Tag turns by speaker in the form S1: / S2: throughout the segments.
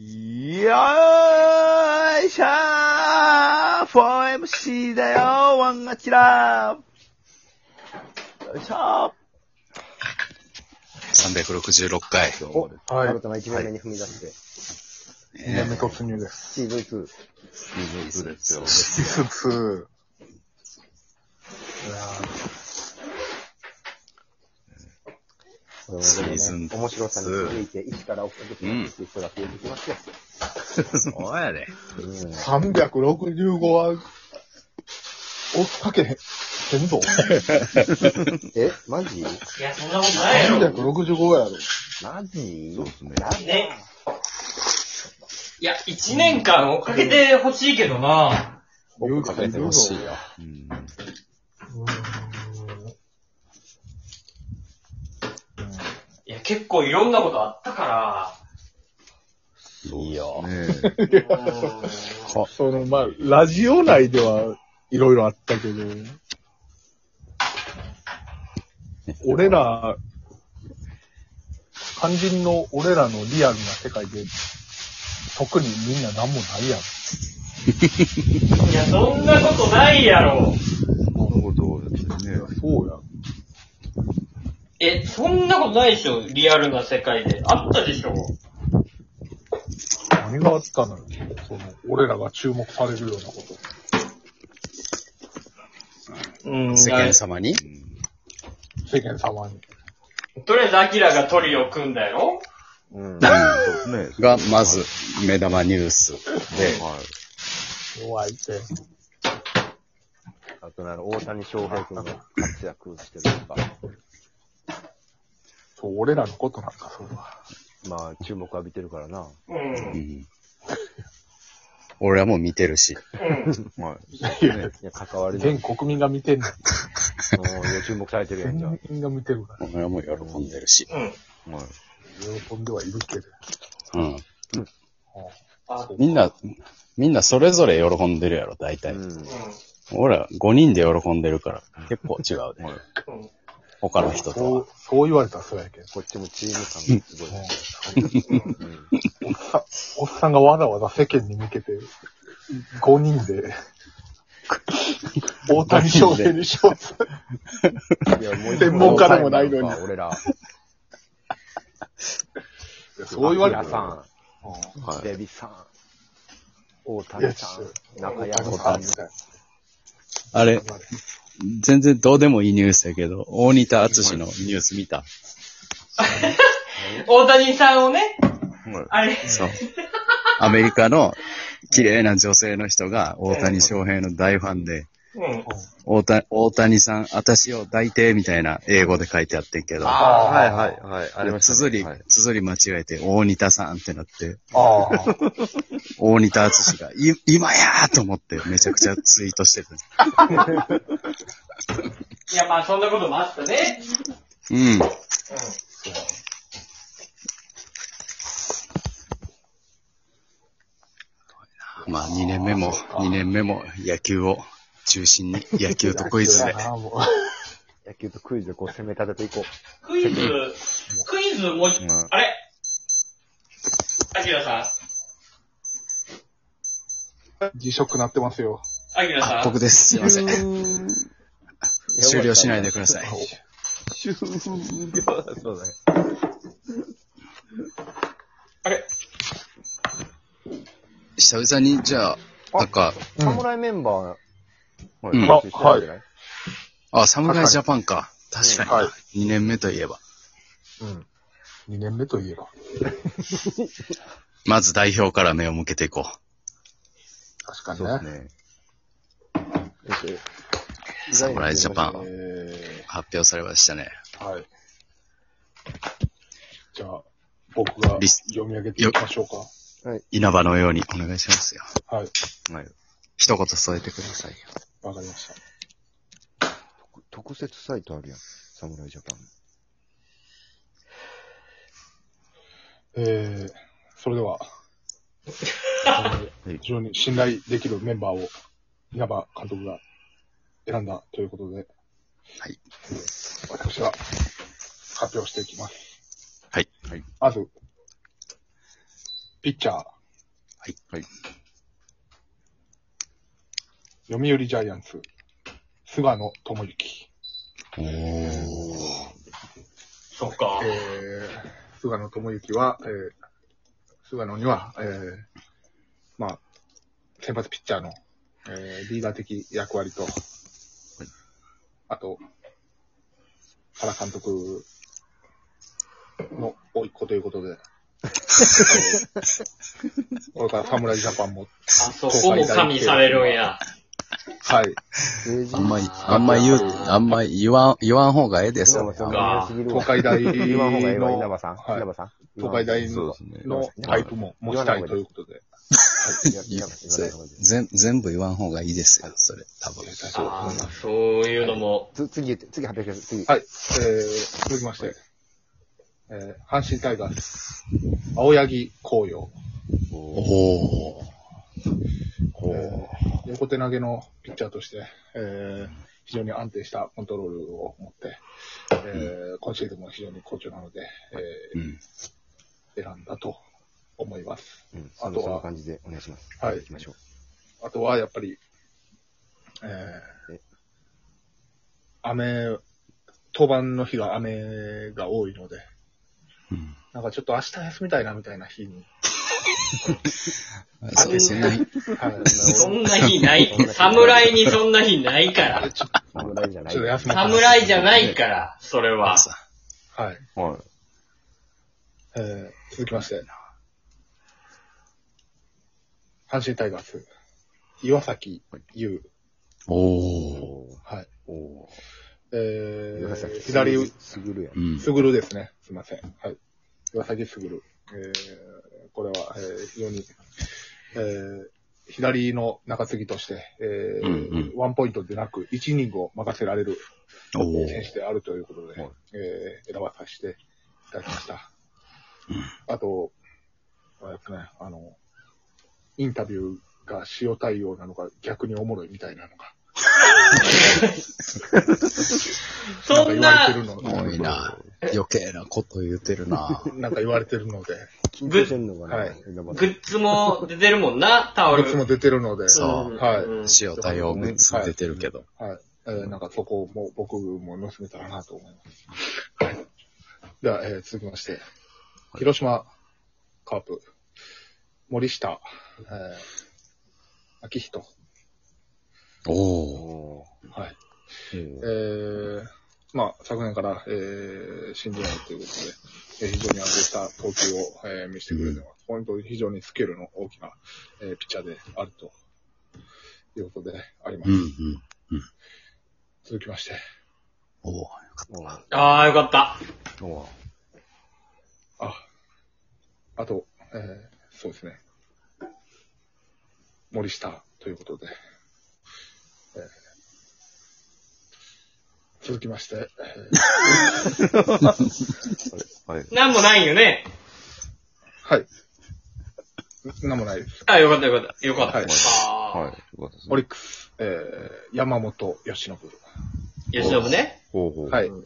S1: よーいしゃー !4MC だよワンガキラーよいしょー
S2: 366回。
S3: お、
S4: はい
S3: 新たな一面目に踏み出して、
S4: 2年目突入です。
S3: シーズン2。
S1: そうですよ。
S4: シーズン
S3: これも
S2: シーズン
S3: ね面白さに気づいて、一から追っかけてやっていく人が増えてきますよ。
S2: そうやで。
S3: うん。
S4: 2。365は、追っかけへんぞ。
S3: え、マジ
S5: いや、そんなことないやろ。
S4: 365やろ。
S3: マジ
S1: そうですね。
S3: マジ
S5: ね。いや、一年間追っかけてほしいけどな。
S4: 言う
S3: か
S4: かけ
S3: けて
S4: て
S3: ほ
S4: ほ
S3: し
S4: し
S3: い
S4: い
S3: よ
S4: よ。
S1: うん。
S5: いや、結構いろんなことあったか
S3: いいよ。
S1: ねえ。
S5: ら。うん
S4: その、まあ、ラジオ内では、いろいろあったけど、俺ら、肝心の俺らのリアルな世界で、特にみんな何もないやん。
S5: いや、そんなことないやろ。
S1: このことをやってね。
S4: そうやん。
S5: え、そんなことないでしょリアルな世界で。あったでしょ
S4: 何があったのよ。その、俺らが注目されるようなこと。
S5: うん。
S2: 世間様に
S4: 世間様に。
S5: とりあえず、アキラがトリを組んだやろ
S3: うん。
S1: そうですね。
S2: が、まず、目玉ニュースで、
S1: は
S4: 弱いって。
S3: あとなら、大谷翔平君が活躍してるとか、
S4: そう、俺らのことなんかそうだ。
S3: まあ、注目浴びてるからな。
S5: うん。う。
S2: うんん俺はもう見てるし、
S1: い。はい。
S3: いや、関わりない。
S4: 全国民が見てんの。
S3: もう注目されてるや
S4: 全
S3: ん、じゃあ。
S4: 国民が見てるから。
S2: 俺はもう喜んでるし。
S5: うん。
S1: はい。
S4: 喜んではいるけど。
S2: うん。
S5: あ、
S2: みんな、みんなそれぞれ喜んでるやろ、大体。
S3: うん
S5: う。ん。
S2: 俺ら5人で喜んでるから、結構違うで。
S1: はい
S5: うん
S2: 他の人と
S4: そ
S2: は。
S4: う、そう言われたらそうやけど。
S3: こっちもチーム感がすごい。うん
S4: おっさんがわざわざ世間に向けて、5人 で、大谷翔平にしようと。
S3: いや、もう
S4: 専門家でもないのに
S3: 俺ら。
S4: そう言われた
S3: アキラさん。
S4: う
S1: はい。
S3: デビさん、大
S4: ん。よ
S3: 谷
S4: し
S3: さ。ん、
S4: 中
S3: 中
S4: 山
S3: 山
S4: さ
S3: さ
S4: ん
S3: ん
S4: み。たいな。
S2: あれ、全然どうでもいいニュースやけど、大仁田厚のニュース見た。
S5: 大谷さんをね、
S1: はい
S5: あれ、
S2: そう。アメリカの綺麗な女性の人が大谷翔平の大ファンで、
S5: うん。
S2: 大谷大谷さん、私を抱いて、みたいな英語で書いてあってんけど、
S4: あー
S1: はいはいはい。ありましたね。
S2: 綴り
S1: はい、
S2: 綴り間違えて、大仁田さんってなって、
S4: ああ。
S2: 大仁田厚が、い、今やーと思って、めちゃくちゃツイートしてた。
S5: いや、まあ、そんなこともあったね。
S2: うん。まあ、2年目も、2年目も野球を中心に、野球とクイズで。
S3: 野球とクイズでこう攻め立てていこ
S5: うん。クイズ、クイズもう一
S1: うん
S5: あれアキラさん
S4: 辞職なってます よ。
S5: アキラさん
S2: あ、僕です。すいません。
S3: う。
S2: 終了しないでください。
S1: 終了そうだね。
S5: あれ
S2: 久々に、じゃあ、なんか、
S3: 侍メンバー、
S2: うん
S3: 募集してたんじゃない
S2: あ、侍ジャパンか。確かに。
S4: はい
S2: 2年目といえば。
S4: うん。2年目といえば。
S2: まず代表から目を向けていこ
S4: 確かに
S1: そう
S4: ね。
S1: ですね。
S2: う。侍ジャパン、
S4: え
S2: 発表されましたね。
S4: ー、はい。じゃあ、僕が
S2: リス
S4: 読み上げていきましょう
S2: 稲葉のようにお願いしますよ。
S4: か。はい。
S1: はい。
S2: 一言添えてくださいよ。
S4: わかりました。
S3: 特設サイトあるやん。侍ジャパン。
S4: えー、それで は、えー非常に信頼できるメンバーを稲葉監督が選んだということで、
S2: はい。
S4: 私は発表していきます。
S2: はい。
S4: まず、ピッチャー、読売ジャイアンツ、菅野智之。
S2: おー
S5: そっか
S4: え。ー、菅野智之は、えー、菅野には、えー、まあ、先発ピッチャーの、えー、リーダー的役割と、あと、原監督の甥っ子ということ で、あのこれから侍ジャパンも、
S5: あ、そこも加味されるんや。
S4: はい、
S3: 政治
S2: あんまり、あんまり言う、あんまり言わん、言わん方がええで、そ
S6: 稲葉
S2: れ
S6: さん、
S2: は。
S6: 有名すぎるわ
S4: 東海 大の
S6: 言わん方がいいわ、稲葉さん。
S4: はい
S6: 稲葉さん。
S4: 東海大
S2: そう
S4: の
S2: ですね
S4: のタイプも持ちたいということで。
S6: 稲葉さん稲葉さん。
S2: 全、全部言わん方がいいですよ、それ、多分。
S5: あーそういうのも。
S6: つ次言って、次発表して、次。
S4: はい、えー、続きまして、えー、阪神タイガース、青柳紅葉、
S2: お
S4: え
S2: ー。
S4: ー横手投げのピッチャーとして、えー、非常に安定したコントロールを持って、えー、今シーズンも非常に好調なので、
S2: う
S4: え
S2: ん。
S4: ー、選んだと思います。
S6: うん、
S4: あ
S6: あ
S4: と
S6: と
S4: は
S6: その感じでお願いします。
S4: はい
S6: 行きましょう。
S4: あとは、やっぱり、えー
S6: え、
S4: 雨、登板の日が雨が多いので、
S2: うん
S4: なんかちょっと明日休みたいなみたいな日に、
S2: そうですね。
S4: はい、
S5: そんな日ない。侍にそんな日ないから。
S6: 侍じゃない。
S4: ちょっと休みたい。
S5: 侍じゃないから、それは。
S4: はい。
S6: はい。
S4: えー、続きまして、阪神タイガース、岩崎優。
S2: おー。
S4: はい。
S6: おー。
S4: え
S6: 岩
S4: ー、
S6: 崎
S4: 左う、
S6: すぐるやん
S2: う。ん。
S4: すぐるですね。すいません。はい。岩崎すぐる。えー、これは、えー、非常に、えー、左の中継ぎとして、えー
S2: うん
S4: ワンポイントでなく、1イニングを任せられる
S2: お
S4: 選
S2: ー。
S4: 手であるということで、
S6: はい
S4: えー選ばさせていただきました。あと、あれですね、あの、インタビューが塩対応なのか逆におもろいみたいなのか、
S5: そん
S4: なんか言われ
S5: な
S4: て、るの
S2: 多いな。余計なこと言うてるな。
S4: なんか言われてるので、
S6: 緊張してんのかな、
S4: はい
S6: 稲葉
S5: グ
S6: さん。
S5: ッズも出てるもんな、タオ
S4: こ
S5: ル。
S4: っちも出てるので、
S2: そう
S4: はい
S5: うん
S2: 塩対応グッズ出てるけど。
S4: はい。えーなんかそこも僕も盗めたらなと思います。はい。では、えー続きまして、広島カープ、森下、えー、秋人、
S2: おー。
S6: お
S4: はい。
S6: ー
S4: えー、まあ、昨年から、えー、新人王ということで、えー非常に安定した投球を、えー見せてくれてます。本当に非常にスケールの大きな、えーピッチャーであるということでありま
S2: う
S4: す。
S2: んうん。
S4: 続きまして、
S2: おー。
S6: おー
S5: ああ、よかった。
S6: おー
S4: あ、あと、えー、そうですね。森下ということで、えー続きまして、えー
S6: はい。
S5: なんもないよね。
S4: はい。なんもないです。
S5: あよかったよかった。よかった。
S4: はい
S5: あ
S6: はい。よかったです
S4: オ
S6: ね
S4: リックス、えー、山本由伸。
S5: ー吉信ね。
S6: ほうほう。
S4: はい。えー、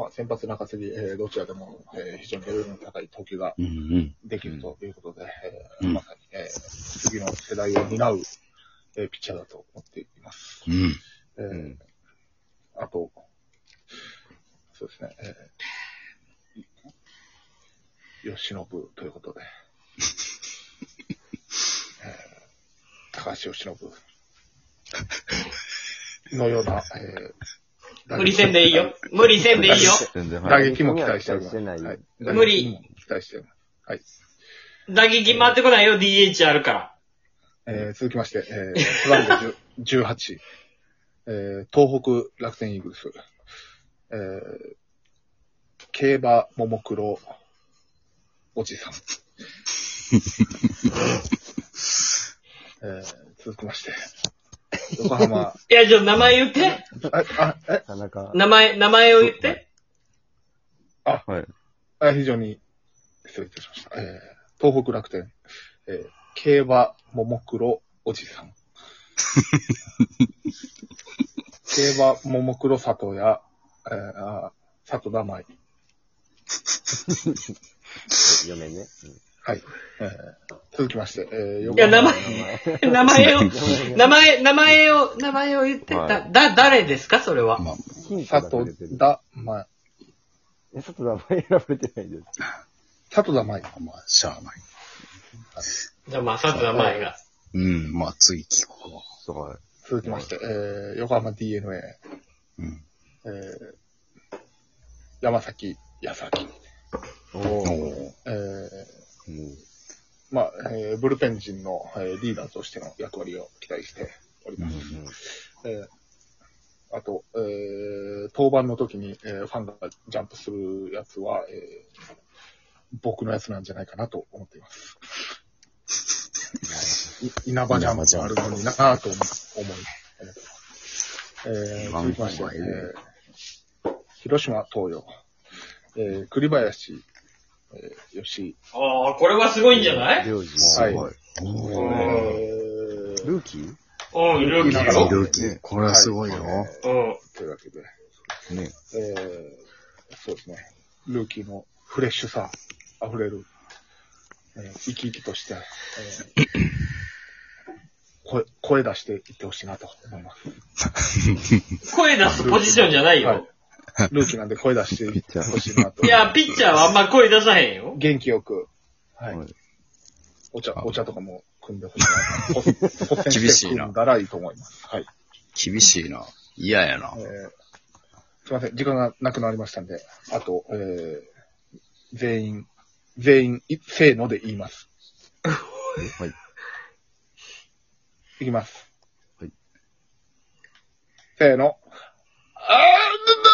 S4: まあ、先発中継ぎ、えー、どちらでも、えー、非常にレベルの高い投球が
S2: うんうん。
S4: できるということで、え
S2: う
S4: ー、
S2: ん
S4: まさに、えー、次の世代を担う、えー、ピッチャーだと思っています。
S2: うん。
S4: えー
S6: うん
S4: あと、そうですね、えー、吉信ということで、 えー、高橋吉信のような、えー、
S5: 無理せんでいいよ。無理せんでいいよ。
S6: 全然、
S4: 打
S6: はい。
S4: 撃も期待しております。
S6: 打撃は期待してない
S4: はい
S5: 無理。
S4: 打撃も期待しております。はい。
S5: 打撃回ってこないよ、DH あるから。
S4: えー、続きまして、えー、背番号10 18、えー、東北楽天イーグルス、えー、競馬桃黒おじさん。 えー、続きまして、横浜、
S5: いや、じゃあ名前言って。
S4: あ、あ、え、
S6: 田中。
S5: 名前、名前を言って。
S6: はい。
S4: あ非常に失礼いたしました。えー、東北楽天、えー、競馬桃黒おじ さん。競馬桃黒里や、えー、あ里田舞。
S6: 嫁ね。
S4: はい。えー続きまして、えー、
S5: いや、名前
S4: 前、
S5: 名前を、
S6: 前
S5: 名前、名前を、名前を言って、
S6: はい
S5: だ、だ、誰ですかそれは。
S6: ヒント
S4: 佐
S6: が出
S4: 藤
S6: てる。
S4: だ、まあ、
S6: え、佐藤名前選ばれてないです。
S4: 佐藤だまい。
S2: まあ、しゃあない。
S5: じゃあ、まあ、佐藤名前が。
S2: うん、まあ、次聞こ
S6: は
S4: 続きまして、えー、横浜 DNA、
S2: う。うん。
S4: えー山崎、矢崎。
S6: い。お
S2: お
S6: お。も
S4: え
S2: ー
S4: ーまあ、えーブルペン陣の、えーリーダーとしての役割を期待しております。えーあと、えー登板の時に、えーファンがジャンプするやつは、えー僕のやつなんじゃないかなと思っています。い稲葉ジャンプあるのになぁと思い、えー続きまして、えー広島東洋、えー栗林、えー吉井、
S5: ああ、これはすごいんじゃな
S6: う。
S5: い
S6: 領事。
S4: はい
S6: すご
S4: えー
S6: ルーキー
S5: うん、ルーキーよ。
S2: ルーキー。これはすごいよ。
S5: うん。
S4: というわけで、
S6: ね。
S4: えー、そうですね。ルーキーのフレッシュさ、溢れる、えー生き生きとして、えー声、声出していってほしいなと思います。
S5: 声出すポジションじゃない
S4: は
S5: よ
S4: い。ルーキーなんで声出していってほしいなと。
S5: いや、ピッチャーはあんま声出さへんよ。
S4: 元気よく、はい
S6: はい。
S4: お茶、お茶とかも組んでほしい な。率先して組んだらいいと思います。はい。
S2: 厳しいな。嫌やな
S4: え。ーすいません、時間がなくなりましたんで、あと、えー、全員、全員、いせーので言います。
S6: はい。
S4: いきます。
S6: はい。
S4: せーの。あー、